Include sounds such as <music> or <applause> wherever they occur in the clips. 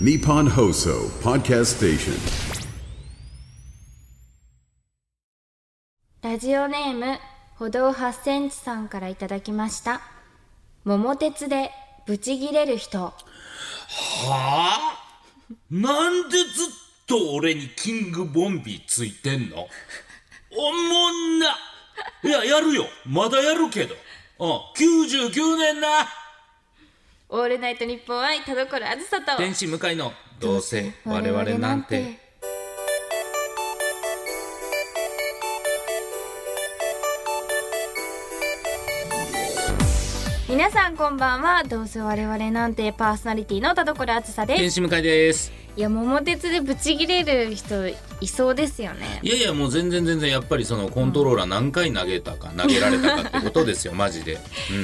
Nippon Hoso Podcast Station. ラジオネーム歩道8センチさんからいただきました桃鉄でブチギレる人はあなんでずっと俺にキングボンビーついてんのおもんないややるよまだやるけどうん99年なオールナイトニッポン愛田所あずさと天使向かいのどうせ我々なんて皆さんこんばんはどうせ我々なんてパーソナリティの田所あずさで天す使向かいですいや桃鉄でブチギレる人いそうですよねいやいやもう全然全然やっぱりそのコントローラー何回投げたか投げられたかってことですよマジでう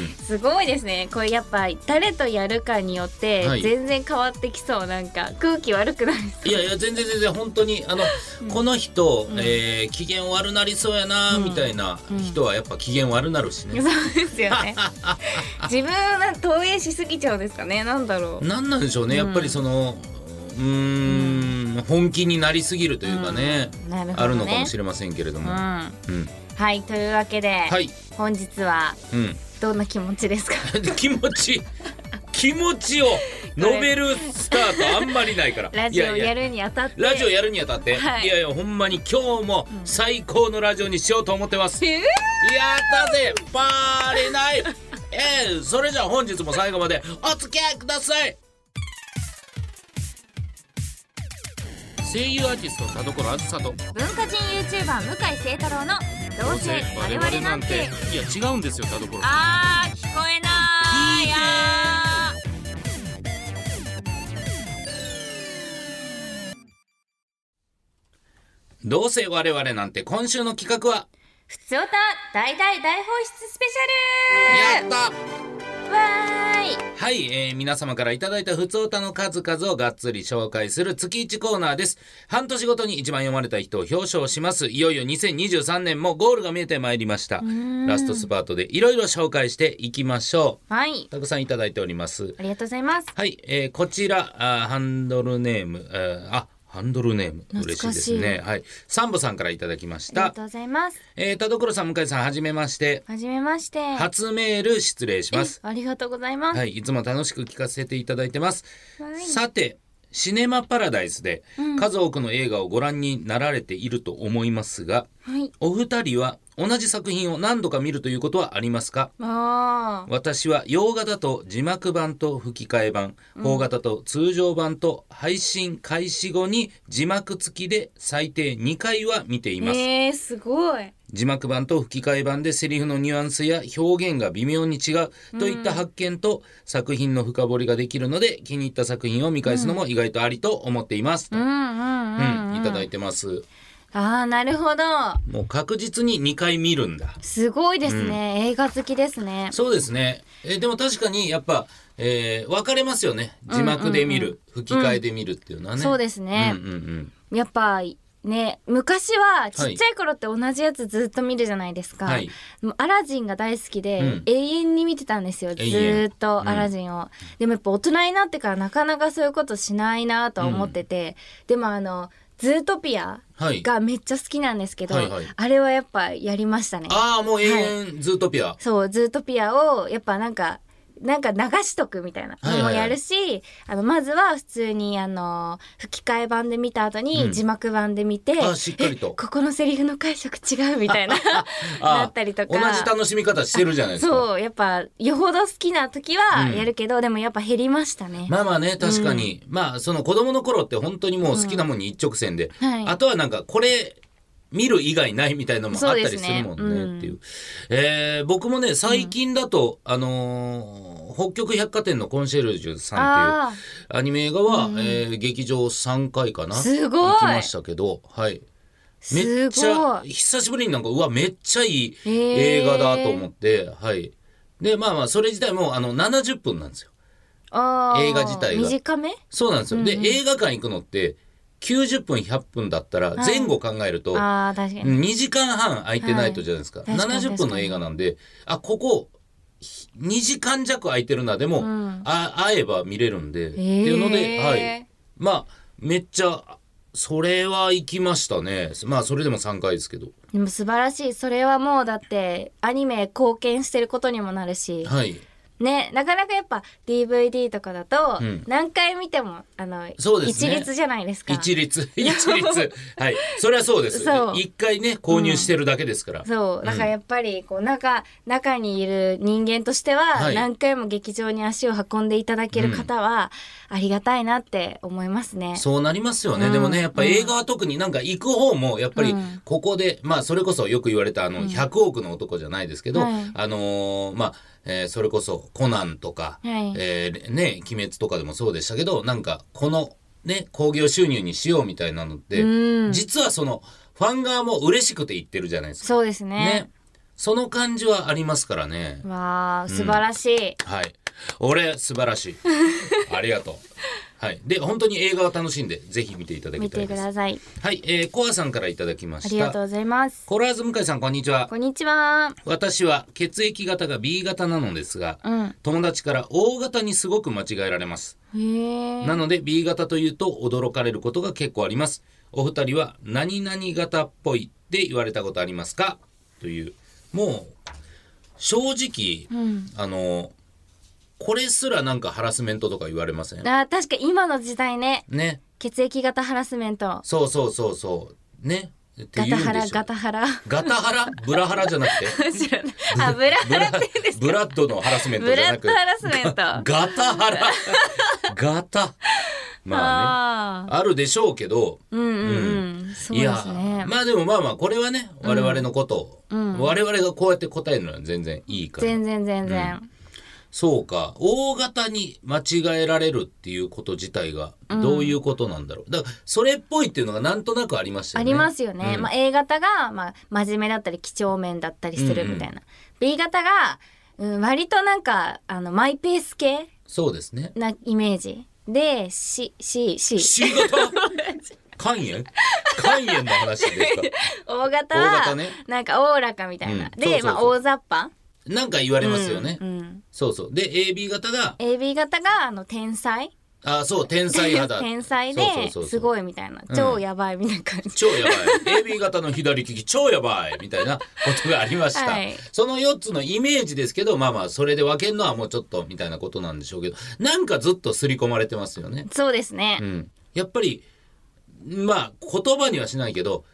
んすごいですねこれやっぱ誰とやるかによってはい全然変わってきそうなんか空気悪くなりそういやいや全然全然本当にあの、この人、えー機嫌悪なりそうやなみたいな人はやっぱ機嫌悪なるしね、そう <laughs> ですよ <laughs> ね。自分は投影しすぎちゃうんですかね。なんだろう。なんなんでしょうね、やっぱりそのうーん本気になりすぎるというかね,、うんなるほどねあるのかもしれませんけれどうん。も、はうんい、というわけで、はい、本日はうどんな気持ちですか。ん、 <laughs> 気持ち気持ちを述べるスタートあんまり <laughs> ないからラジオいややいやるにあたって。ラジオやるにあたって、はいい、やいやほんまに今日も最高のラジオにしようと思ってます、えーやったぜバレないえー、それじゃあ本日も最後までお付き合いください声優アーティスト田所あずさと文化人ユーチューバー向井聖太郎のどうせ我々なんて。いや違うんですよ田所あー聞こえない。聞いてあーどうせ我々なんて今週の企画はふつおた大大大放出スペシャやル。ったわーい。はい、えー皆様からいただいた普通歌の数々をがっつり紹介する月1コーナーです。半年ごとに一番読まれた人を表彰します。いよいよ2023年もゴールが見えてまいりました。ラストスパートでいろいろ紹介していきましょはい。う。たくさんいただいております。ありがとうございます。はい、えーこちらあーハンドルネーム、あーあハンドルネーム懐嬉しいかでしいすね。はい、サンボさんからいただきましありがたと。うございます。えー田所さん、向井さん、はじめまして。はじめまして。初メール失礼します。えありがとうございます。はい、いつも楽しく聞かせていただいてます。はいさて、シネマパラダイスで数多くの映画をご覧になられていると思いますが、はい。お二人は同じ作品を何度か見るということはありますかあ私は洋画だと字幕版と吹き替え版、邦画だと通常版と配信開始後に字幕付きで最低2回は見ていあ。ます。えー、すごい。字幕版と吹き替え版でセリフのニュアンスや表現が微妙に違うといった発見と作品の深掘りができるので気に入った作品を見返すのも意外とありと思っています。うんうんううん。ん、いただいてます。ああ、なるほど。もう確実に2回見るんだ。すごいですね。映画好きですね。そうですね。えでも確かにやっぱ、えー分かれますよね。字幕で見る、吹き替えで見るっていうのはね。そうですねうんうんうん。やっぱ、ね、昔はちっちゃい頃って同じやつずっと見るじゃないですか。はいでもアラジンが大好きで、うん永遠に見てたんですよ。ず永遠ーっとアラジンを。でもやっぱ大人になってからなかなかそういうことしないなとは思ってて、でもあの、ズートピアはいがめっちゃ好きなんですけど、はいはいあれはやっぱやりましたね。ああ、もう永遠、ズートピア。そう、ズートピアを、やっぱなんか、なんか流しとくみたいなはのいはいもはいやるし、あの、まずは普通に、あの、吹き替え版で見た後うに、ん字幕版で見て、あしっかりと <laughs> えここのセリフの解釈違うみたいな、 <laughs> あーなったりとか。同じ楽しみ方してるじゃないですか。そう、やっぱ、よほど好きな時はうんやるけど、でもやっぱ減りましたね。まあまあね確かに、まあその子供の頃って本当にもう好きなもんに一直線で、うんはいあとはなんかこれ見る以外ないみたいなのもあったりするもんそうですねうんねっていうえー僕もね最近だと、あのー北極百貨店のコンシェルジュさんあっていうアニメ映画は、えー劇場3回かなすごい行きましたけどはいーめっちゃすごい。久しぶりになんかうわめっちゃいいへー映画だと思って、はいでまあまあそれ自体もあの70分なんですよあー映画自体が短めそうなんですよ。で、映画館行くのって、90分、100分だったら、前後考えると、ああ、確かに。 2時間半空いてないとじゃないですか。い確かに70分の映画なんで、あ、ここ、ひ2時間弱空いてるな、でも、あ会えば見れるんで、っていうので、はい。まあめっちゃそれは行きましたねまあそれでも3回ですけどでも素晴らしいそれはもうだってアニメ貢献してることにもなるし、はいねなかなかやっぱ DVD とかだとうん何回見てもあの、そうです一ね律じゃないですか一律一律はいそれはそうです <laughs> そう一回ね購入してるだけですから、そうだからやっぱりこう中中にいる人間としてははい何回も劇場に足を運んでいただける方はありがたいなって思いますね。そうなりますよね、うんでもねやっぱ映画は特になんか行く方もやっぱりここで、まあそれこそよく言われたあの100億の男じゃないですけど、はいあのーまあ、えーそれこそコナンとか、はいえーね鬼滅とかでもそうでしたけどなんかこのね興行収入にしようみたいなのって、うん実はそのファン側も嬉しくて言ってるじゃないですか。そうですねねその感じはありますからね。わあ素晴らしい、はい。俺、素晴ら <laughs> しい。ありがとう。はい。で、本当に映画を楽しんで、ぜひ見ていただき見たていくです。ださいはい。えー、コアさんからいただきまあしりがとうた。ございますコラーズ向井さん、こんにちは。こんにちは私は血液型が B 型なのですが、うん友達から O 型にすごく間違えられます。へえなので B 型というと驚かれることが結構あります。お二人は何々型っぽいって言われたことありますかという。もう、正直、あの、これすらなんかハラスメントとか言われませんあ確か今の時代ねね。血液型ハラスメントそうそうそうそう。ね。ってガ言タうんハでラしょガ。タハラガタハラブラハラじゃなく <laughs> て。知らないあブラ <laughs> ブラ、ブラッドのハラスメントブじゃラなッくド。ハラスメントあガタハラ。ガタ。まあね。ああるでしょうけど、ーうんうんうんそういでやすねまあでもまあまあこれはね我々のことを、我々がこうやって答えるのは全然いいから全然全然、そうか大型に間違えられるっていうこと自体がどういうことなんだろう、だからそれっぽいっていうのがなんとなくありましたあよねりますよね、まあ A 型が、まあ、真面目だったり几帳面だったりするみたいな、B 型が、うん、割となんかあのマイペース系そうですねなイメージで C C C <laughs> C 型肝炎肝炎の話ですか O 型大型はねなんかおおらかみたいな、うんでそうそうそうまあ大雑把なんか言われますよね、うんうんそうそうで AB 型が AB 型があの天才あそう天才派だ <laughs> 天才そうそうそうそうですごいみたいな超やばいみたいな感じ、超やばい AB 型の左利き超やばいみたいなことがありました、はいその4つのイメージですけどまあまあそれで分けるのはもうちょっとみたいなことなんでしょうけどなんかずっと刷り込まれてますよね、そうですね、うん、やっぱりまあ言葉にはしないけど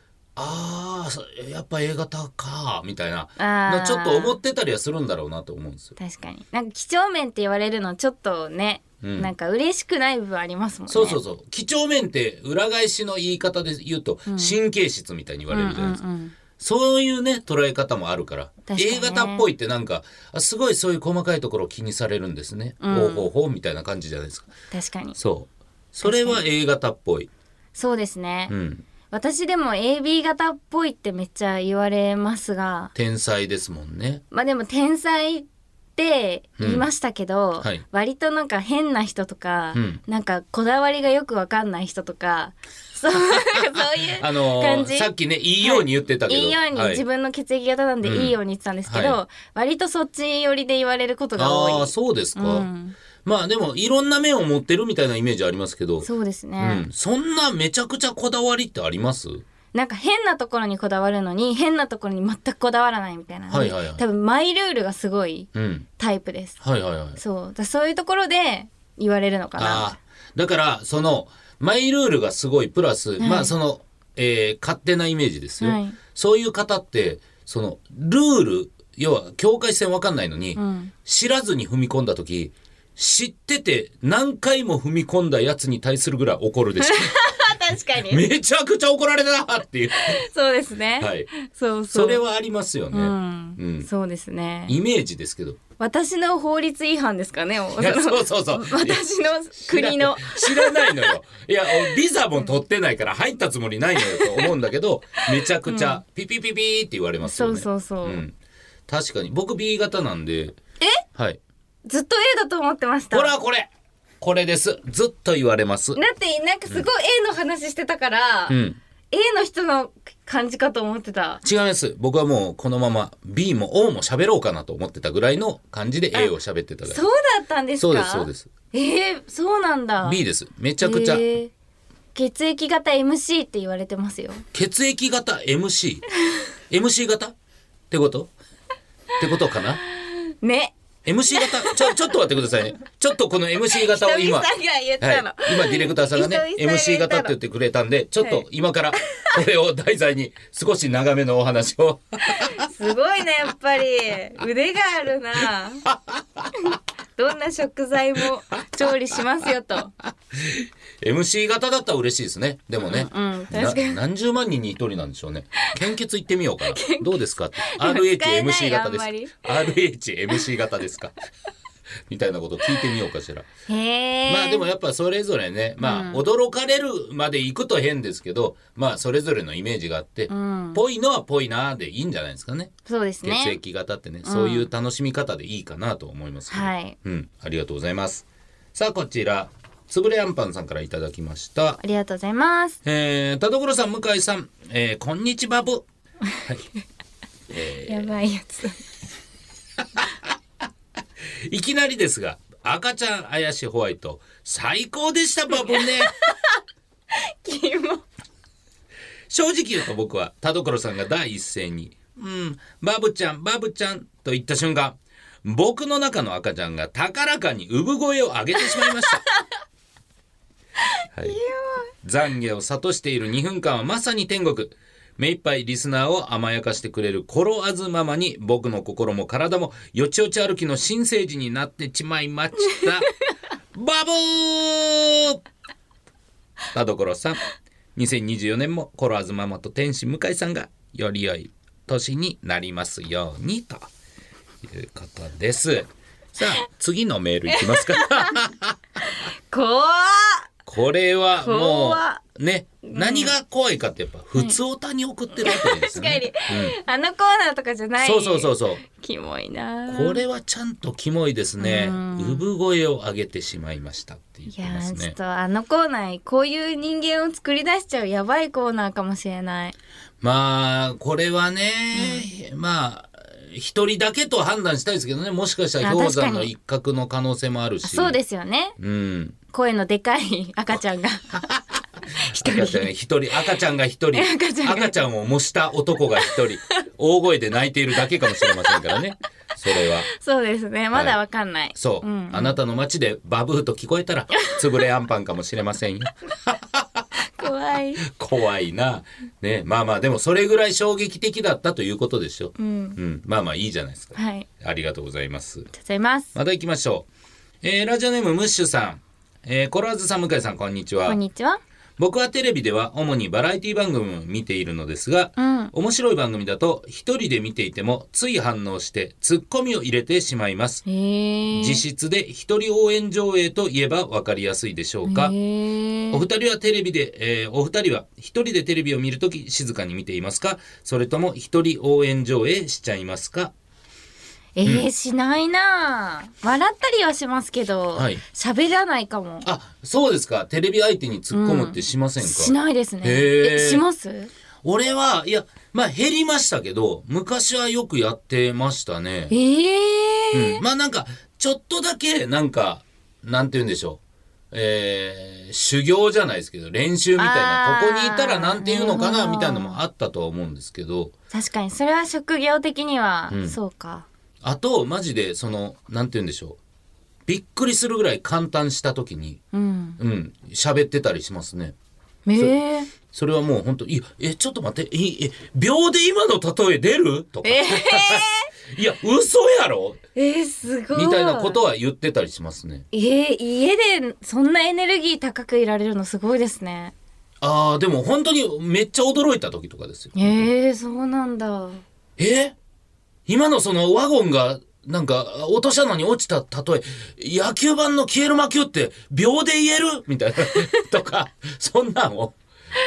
あーそやっぱ A 型かみたいなあーのちょっと思ってたりはするんだろうなと思うんですよ確かになんか几帳面って言われるのちょっとね、うんなんか嬉しくない部分ありますもんねそうそうそう几帳面って裏返しの言い方で言うと神経質みたいに言われるじゃないですか、そういうね捉え方もあるから確かにね A 型っぽいってなんかあすごいそういう細かいところを気にされるんですね、ほうほうほうみたいな感じじゃないですか確かにそうそれは A 型っぽい、そうですね、うん、私でも AB 型っぽいってめっちゃ言われますが天才ですもんねまあでも天才って言いましたけど、んはい割となんか変な人とか、うんなんかこだわりがよくわかんない人とか <laughs> そうなんかそういうあのー感じ。さっきねいいように言ってたけど、いいように、はい自分の血液型なんでいいように言ってたんですけど、うんは割とそっち寄りで言われることがあ多あいそうですか、うんまあでもいろんな面を持ってるみたいなイメージありますけどそうですね、うん、そんなめちゃくちゃこだわりってありますなんか変なところにこだわるのに変なところに全くこだわらないみたいな、はいはいはい多分マイルールがすごいうんタイプですはいはいはいそうだからそういうところで言われるのかなあーだからそのマイルールがすごいプラス、まあその、えー勝手なイメージですよ、はいそういう方ってそのルール要は境界線わかんないのに、知らずに踏み込んだ時知ってて何回も踏み込んだやつに対するぐらい怒る <laughs> でしょ確かにめちゃくちゃ怒られたなっていう、そうですね、はい、そうそうそれはありますよね、うん、うんそうですねイメージですけど私の法律違反ですかねおいやそのそうそうそう私の国の知らないのよいやビザも取ってないから入ったつもりないのよと思うんだけどめちゃくちゃピピピピーって言われますよそねうそうそう、ん、確かに僕 B 型なんでえはいずっと A だと思ってましたほらこれこれですずっと言われますだってなんかすごい A の話してたから、うん A の人の感じかと思ってた違います僕はもうこのまま B も O も喋ろうかなと思ってたぐらいの感じで A を喋ってただけそうだったんですかそうですそうですえー、そうなんだ B ですめちゃくちゃ、えー血液型 MC って言われてます <laughs> よ血液型 MC MC 型ってことってことかなね MC 型ちょちょっと待ってくださいねちょっとこの MC 型を今久々が言ったのはい、今ディレクターさんがね久々が言った MC の型って言ってくれたんでちょっはとい今からこれを題材に少し長めのお話を <laughs> すごいねやっぱり腕があるな <laughs> どんな食材も調理しますよと MC 型だったら嬉しいですねでもね、うんうん確かにな何十万人に一人なんでしょうね献血行ってみようかなどうですかって使えない RHMC 型であんまりす RHMC 型ですかみたいなことを聞いてみようかしらへえまあでもやっぱそれぞれね、まあ驚かれるまで行くと変ですけど、まあそれぞれのイメージがあって、ぽいのはぽいなでいいんじゃないですかね。そうです血ね液型ってね、そういう楽しみ方でいいかなと思います、ねはいうん、ありがとうございます。さあこちら、つぶれあんぱんさんからいただきました。ありがとうございますえー、田所さん、向井さん、えー、こんにちはぶ。やばいやついきなりですが、赤ちゃん怪しホワイト、最高でした、バ <laughs> ブね。 <laughs> キモ正直言うと僕は田所さんが第一声に「うんバブちゃんバブちゃん」と言った瞬間僕の中の赤ちゃんが高らかに産声を上げてしまいました、はい、懺悔を諭している2分間はまさに天国目いっぱいリスナーを甘やかしてくれるコロアズママに僕の心も体もよちよち歩きの新生児になってしまいましたバブー田所さん2024年もコロアズママと天使向井さんがより良い年になりますようにということですさあ次のメールいきますか <laughs> 怖っこれはも怖うね何が怖いかってやっぱ普通おたに送ってるわけですよね、確かに、あのコーナーとかじゃないそうそうそううそうキモいなこれはちゃんとキモいですね産声を上げてしまいましたって言っいてやますーちょっねとあのコーナーこういう人間を作り出しちゃうやばいコーナーかもしれないまあこれはね、まあ一人だけと判断したいですけどねもしかしたらあ氷山確かのに一角の可能性もあるしそうですよねうん声のでか <laughs> い赤ちゃんが <laughs> 一赤ちゃ人んが一人赤ちゃんが一人赤ちゃんが赤ちゃんを模した男が一人大声で泣いているだけかもしれませんからねそれはそうですねまだわかんない、そう、あなたの街でバブーと聞こえたらつぶれあんパンかもしれませ <laughs> んよ怖い怖いなねまあまあでもそれぐらい衝撃的だったということでしょう、うん、まあまあいいじゃないですかはいありがありがとうございますとうございますまた行きましょう。えーラジオネームムッシュさん。えーコロワーズさん向井さんこんにちはこんにちは僕はテレビでは主にバラエティ番組を見ているのですが、ん面白い番組だと一人で見ていてもつい反応してツッコミを入れてしまいますへえ実質で一人応援上映といえば分かりやすいでしょうか、へおー二人はテレビで、えーお二人は一人でテレビを見るとき静かに見ていますかそれとも一人応援上映しちゃいますかえー、しないなあ笑ったりはしますけどはい喋、らないかもあそうですかテレビ相手に突っ込むってしませんか、しないですねへーえします俺はいやまあ減りましたけど昔はよくやってましたねえ、うーん、まあなんかちょっとだけなんかなんて言うんでしょうえー修行じゃないですけど練習みたいなあこーこにいたらなんて言うのかなるなほどみたいなのもあったとは思うんですけど確かにそれは職業的には、そうかあとマジでそのなんて言うんでしょうびっくりするぐらい簡単した時にうんうん喋ってたりしますねえー、それはもう <laughs> 本当いやえちょっと待っていえ秒で今の例え出るとか、えいや嘘やろえー、すごいみたいなことは言ってたりしますね。えー、家でそんなエネルギー高くいられるのすごいですねああ、でも本当にめっちゃ驚いた時とかですよ。えー、そうなんだえ今のそのワゴンがなんか落としたのに落ちた例え、野球盤の消える魔球って秒で言える <laughs> みたいなとか、そんなんを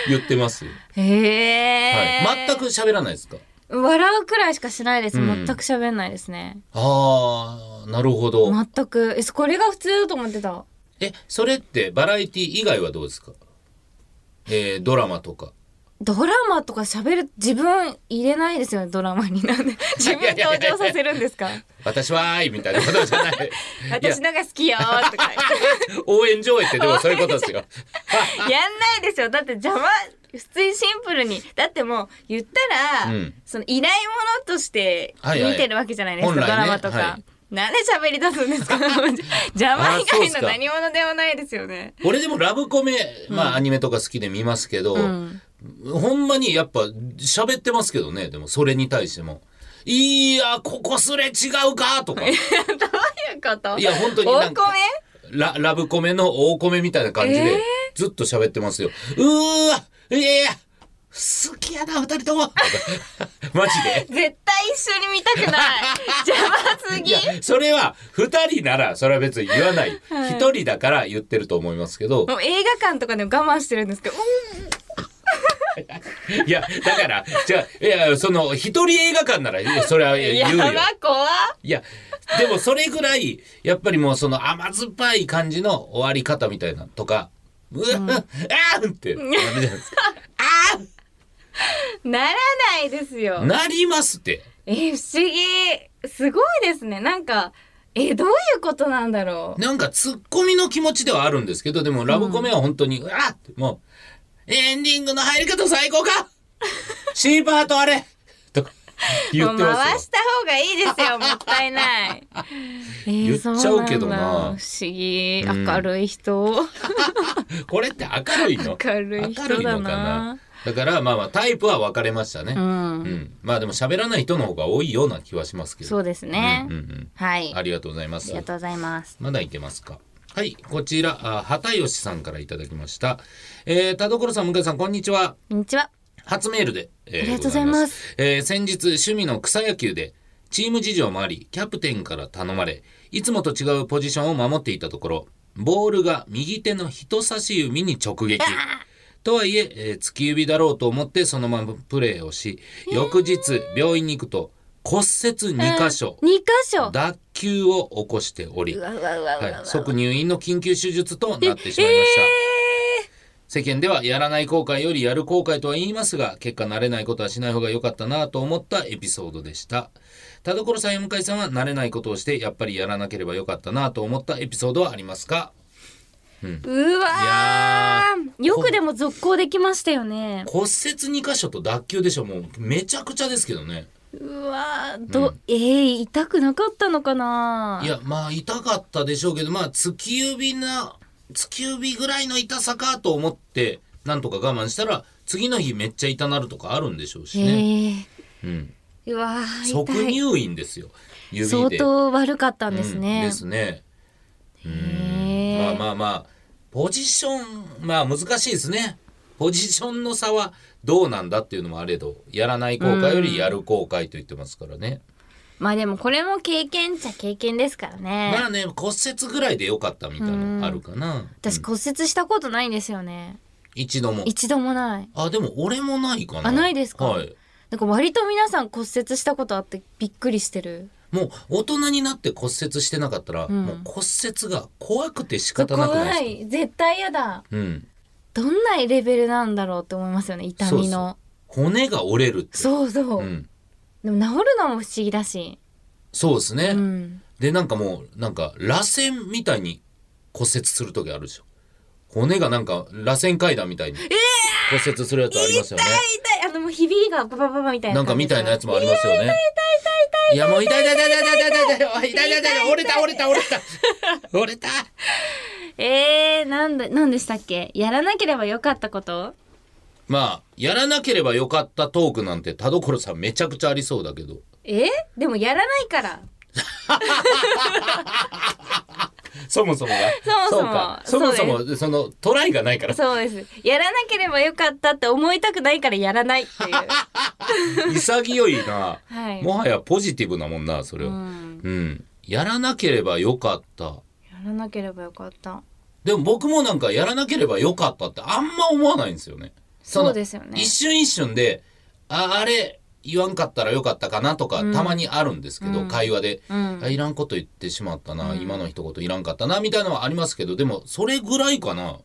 言ってますよ。えはいえー全く喋らないですか笑うくらいしかしないです、全んく喋んないですねああ、なるほど。全くえこれが普通だと思ってたえ、それってバラエティ以外はどうですかえードラマとか。ドラマ <laughs> とか喋る自分入れないですよねドラマになんで自分登場させるんですか私はーいみたいなことじゃない <laughs> 私のが好きよーとか <laughs> 応援上映ってでもそういうことですよやんないですよだって邪魔普通にシンプルにだってもう言ったら、うんその依頼物としてはいはい見てるわけじゃないですか、本来ねドラマとか、はいなんで喋り出すん <laughs> ですか邪魔以外の何者でもないですよね <laughs> 俺でもラブコメまあアニメとか好きで見ますけど、ほんまにやっぱ喋ってますけどねでもそれに対しても「いやここすれ違うか」 <laughs> とかどういうこといや本当になんか大米ララブコメの大米みたいな感じえでーずっと喋ってますよ。うーわいやいや好きやな二人とも <laughs> とかマジで。絶対一緒に見たくない <laughs> 邪魔すいぎやそれは2人ならそれは別に言わない、一1人だから言ってると思いますけどもう映画館とかでも我慢してるんですけど、うんいやだからじゃあいやその1人映画館ならいやそれは言うよやば怖っいやでもそれぐらいやっぱりもうその甘酸っぱい感じの終わり方みたいなのとか「うわ、あー <laughs> ん!」ってなるじゃないですか。あならないですよーなりますって。えー不思議すごいですねなんかえーどういうことなんだろうなんかツッコミの気持ちではあるんですけど、でもラブコメは本当に、うわーってもう、エンディングの入り方最高か !C パートあれとか言ってもうま回すした方がいいです <laughs> よもったいない、え言っちゃうけそどなうなんだ不思議明るい人、よ。これって明るいの明るい人だな明のかだからまあまあタイプは分かれましたね。んうんまあでも喋らない人の方が多いような気はしますけど。そうですね、うんうんはいあありがとうございますり。がとうございますまだいけますか。はい、こちら、あ畑吉さんからいただきました。えー、田所さん、向井さん、こんにちは。こんにちは初メールで、えーありがとうございますす。えー先日趣味の草野球でチーム事情もありキャプテンから頼まれいつもと違うポジションを守っていたところボールが右手の人差し指に直撃。とはいええー突き指だろうと思ってそのままプレーをし翌日病院に行くと骨折2箇所、二箇所脱臼を起こしておりう、わうわうわうわはい、即入院の緊急手術となってしまいました、世間ではやらない後悔よりやる後悔とは言いますが結果慣れないことはしない方が良かったなと思ったエピソードでした田所さんや向井さんは慣れないことをしてやっぱりやらなければ良かったなと思ったエピソードはありますかうわいやーよくでも続行できましたよね骨折2箇所と脱臼でしょもうめちゃくちゃですけどねうわーど、えー、痛くなかったのかないやまあ痛かったでしょうけどまあ突き指な突き指ぐらいの痛さかと思ってなんとか我慢したら次の日めっちゃ痛なるとかあるんでしょうしね、えうん、ー、うわー即痛い入院ですよ指で相当悪かったんですうんね。ですね。へまあーまあまあ、ポジション、まあ難しいですね。ポジションの差はどうなんだっていうのもあれど、やらない後悔よりやる後悔と言ってますからね。まあでもこれも経験っちゃ経験ですからね。まあね、骨折ぐらいでよかったみたいなのあるかな。私骨折したことないんですよね。一度も。一度もない。あ、でも俺もないかな。あないですかはい。なんか割と皆さん骨折したことあってびっくりしてる。もう大人になって骨折してなかったら、もう骨折が怖くて仕方なくないです怖かい。絶対嫌だ。うん。どんなレベルなんだろうって思いますよね。痛みの。そうそう骨が折れるって。そうそううん。でも治るのも不思議だし。そうですね。うん。でなんかもうなんか螺旋みたいに骨折する時あるでしょ骨がなんか螺旋階段みたいに骨折するやつありますよね、痛いあのもうひびがババババみたいななんか感じでみすよたいなやつもありますよねいやもう痛い痛い痛い痛い痛い痛い痛い痛い痛い痛い折れた折れた折れ <laughs> た折れたえー、なんだ、なんでしたっけやらなければよかったことまあやらなければよかったトークなんて田所さんめちゃくちゃありそうだけどえでもやらないから。そもそもがそもそもうかそもそもそのトライがないからそうです。やらなければよかったって思いたくないからやらない <laughs> っていう。潔いな、はいもはやポジティブなもんなそれは、うんうん、やらなければよかったやらなければよかった。でも僕もなんかやらなければよかったってあんま思わないんですよねのそうですよね一瞬一瞬でああれ言わんかったらよかったかなとか、たまにあるんですけど、会話で、あいらんこと言ってしまったな、今の一言いらんかったなみたいなのはありますけどでもそれぐらいかな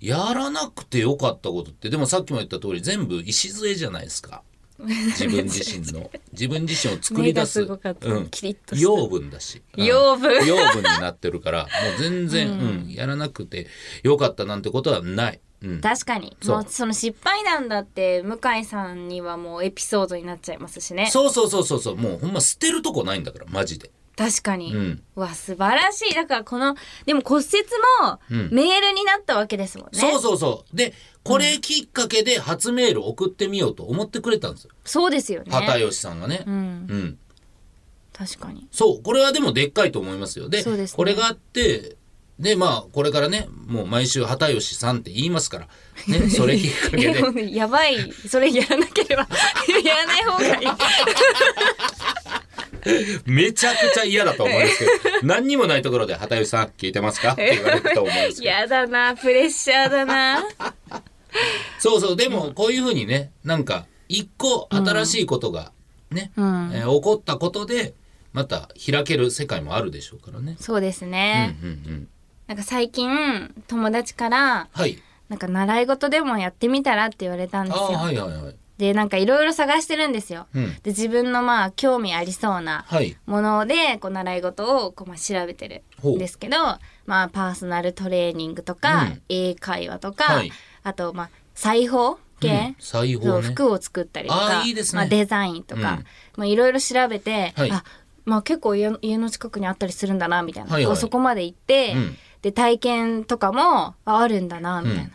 やらなくてよかったことってでもさっきも言った通り全部礎じゃないですか自分 <laughs> 自身の自分自身を作り出す目がすごかったうんキリッとした養分だしうん養分養分になってるからもう全然、うんやらなくてよかったなんてことはない、うん、確かにそうもうその失敗談だって向井さんにはもうエピソードになっちゃいますしねそうそうそうそうそうもうほんま捨てるとこないんだからマジで確かに、ううんわ素晴らしいだからこのでも骨折もうんメールになったわけですもんね、そそうそうそうでこれきっかけで初メール送ってみようと思ってくれたんですようですよね畑吉さんがね、うんうん、確かにそう、これはでもでっかいと思いますよ。で、そうですねこれがあって、で、まあ、これからね、もう毎週、畑吉さんって言いますから、ね、それきっかけで。え <laughs> やばいそれやらなければ <laughs> やらない方がいいめちゃくちゃ嫌だと思うんですけど、何にもないところで、畑吉さん聞いてますかって言われると思うんですけど。やだなプレッシャーだ <laughs> なそうそう、でも、こういうふうにね、なんか、一個新しいことがね、んえー起こったことで、また開ける世界もあるでしょうからね。そうですうんね、うんうん。なんか最近友達からはい。なんか習い事でもやってみたらって言われたんあですあ、よはいはいはい。でなんかいろいろ探してるんですよ、うんで自分のまあ興味ありそうなはい。ものでこう習い事をこうまあ調べてるほうんですけど、まあ、パーソナルトレーニングとか、うん英会話とか、はいあとまあ裁縫系、うん裁縫ねそう服を作ったりとあかーいいですねまあ、デザインとうかんまあいろいろ調べて、はいあまあ、結構家の家の近くにあったりするんだなみたいな、はいはいこうそこまで行って、うんで体験とかもああるんだなみたいな。うん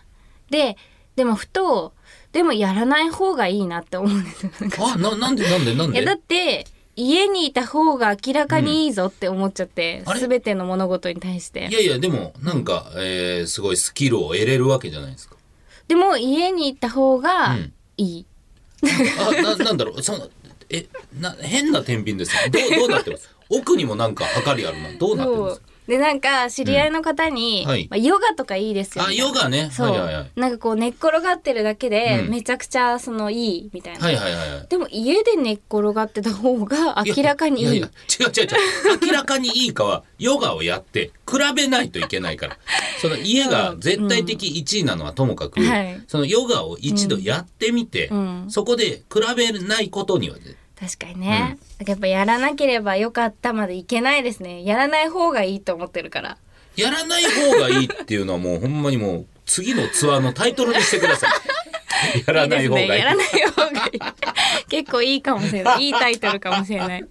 ででもふとでもやらない方がいいなって思うんですよ。なんかあ、な、なんでなんでなんいやだっでて家にいた方が明らかにいいぞって思っちゃって、うんあれ全ての物事に対していやいや、でも、なんか、えーすごいスキルを得れるわけじゃないですか。でも家にいた方がうんいい、あ、な、なんだろう、その、え、な、変な天秤ですね。どう、どうなっ <laughs> てます奥にもなんか、測りあるな。どうなってそまうすでなんか知り合いの方に、うんはいまあ、ヨガとかいいですよあ、ヨガね。そう、はいはいはい。なんかこう寝っ転がってるだけでうんめちゃくちゃそのいいみたいな、はいはいはいはい。でも家で寝っ転がってた方が明らかにいいややや違う違う違う。明らかにいいかは、ヨガをやって、比べないといけないから。その家が絶対的1位なのはともかく、うんはいそのヨガを一度やってみて、うんそこで比べないことには、確かにね、だからやっぱやらなければよかったまでいけないですねやらない方がいいと思ってるからやらない方がいいっていうのはもうほんまにもう次のツアーのタイトルにしてくださ <laughs> い。やらない方がいい。ですねやらない方がいい。 <laughs> 結構いいかもしれない。いいタイトルかもしれない。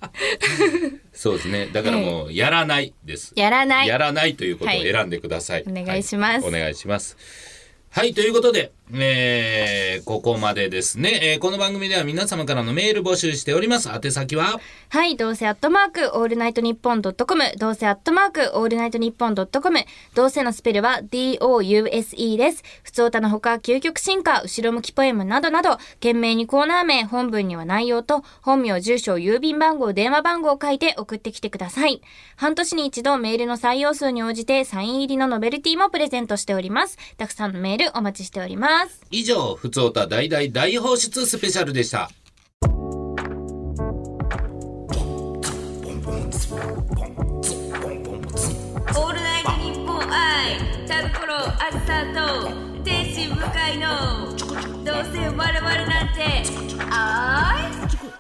そうですね。だからもうやらないです。やらないやらないということを選んでください。はいお願いしますはお願いします。はい、ということで、えー、ここまでですね、えーこの番組では皆様からのメール募集しております。宛先ははい、どうせアットマークオールナイトニッポンドットコム、どうせアットマークオールナイトニッポンドットコム、どうせのスペルは D-O-U-S-E です。普通歌のほか、究極進化、後ろ向きポエムなどなど、懸命にコーナー名、本文には内容と、本名、住所、郵便番号、電話番号を書いて送ってきてください。半年に一度メールの採用数に応じて、サイン入りのノベルティもプレゼントしております。たくさんのメールお待ちしております。以上、ふつおた大大大放出スペシャルでした。オールナイトニッポン愛タルコロアスターと天使向かいのどうせ我々なんてあい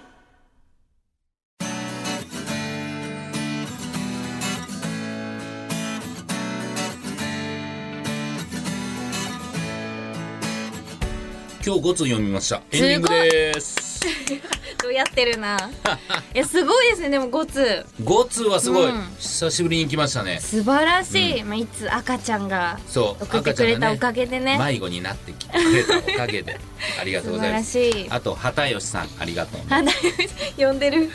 今日5つ読みました。エンディングです。どうやってる <laughs> なえすごいですねでも5つ5通はすごい、うん久しぶりに来ましたね素晴らしい、まあ、いつ赤ちゃんがそう送ってくれ赤ちゃんがたおかげでね迷子になってきてくれたおか <laughs> げでありがとうございます素晴らしいあと畑吉さんありがとうあだ呼んでる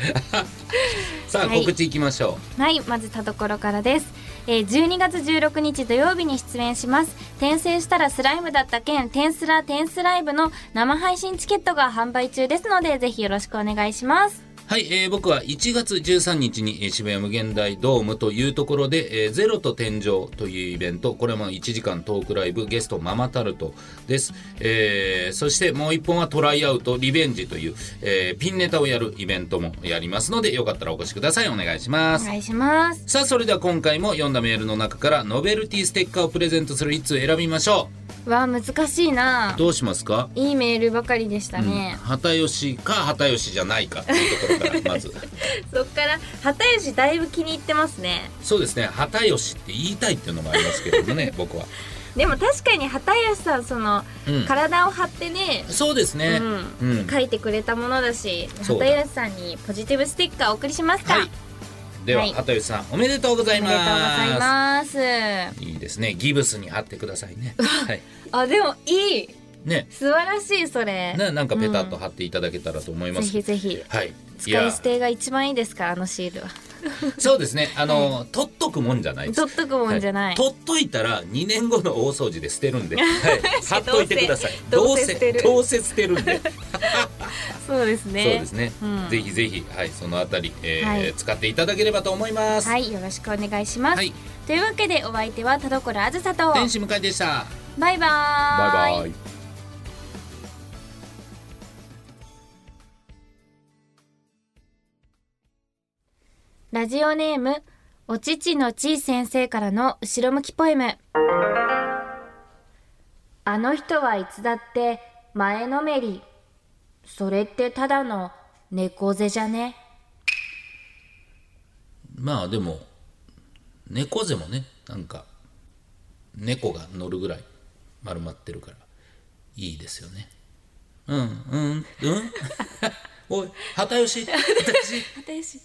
さあはい告知いきましょはい、まず田所からです。えー12月16日土曜日に出演します。転生したらスライムだった件、転スラ転スライブの生配信チケットが販売中ですので、ぜひよろしくお願いします。う、はい、えー僕は1月13日にえー渋谷無限大ドームというところで、えーゼロと天井というイベント、これも1時間トークライブ、ゲストママタルトです。えーそしてもう一本はトライアウト、リベンジという、えーピンネタをやるイベントもやりますので、よかったらお越しください。お願いしまおす。願いします。さあ、それでは今回も読んだメールの中から、ノベルティステッカーをプレゼントする1通選びましょ。わあ、難しいうな。どうしますかいいメールばかりでしたね。畑吉か畑吉じゃないかっていうところから、まず。そっから、畑吉だいぶ気に入ってますね。そうですね畑吉って言いたいっていうのもありますけれど <laughs> もね僕はでも確かに畑吉さん、その、うん体を張ってね、そうですねうん書いてくれたものだしそうだ畑吉さんにポジティブステッカーお送りしますか、はいでは、はい畑吉さんおめでとうございおめまですとうございますいいですねギブスに貼ってくださいねはいあでもいいね素晴らしいそれななんかペタッと貼っていただけたらと思いまぜす、ひぜひはいい使やい捨てが一番いいですからあのシールはそうですねあの、取っとくもんじゃないです取っとくもんじゃない、は取っといたら2年後の大掃除で捨てるん <laughs> で、はい、貼っといてくださいどうせどうせどうせ捨てる <laughs> んでそうですねそうですね、うんぜひぜひ、はい、そのあたり、えーはい使っていただければと思います。はいよろしくお願いします、はいというわけでお相手は田所あずさと天使向井でした。バイバーバイバイ。ラジオネーム、お乳のちい先生からの後ろ向きポエム。あの人はいつだって前のめり。それってただの猫背じゃね。まあでも猫背もねなんか猫が乗るぐらい丸まってるからいいですよねうんうんうんおい旗吉旗吉私、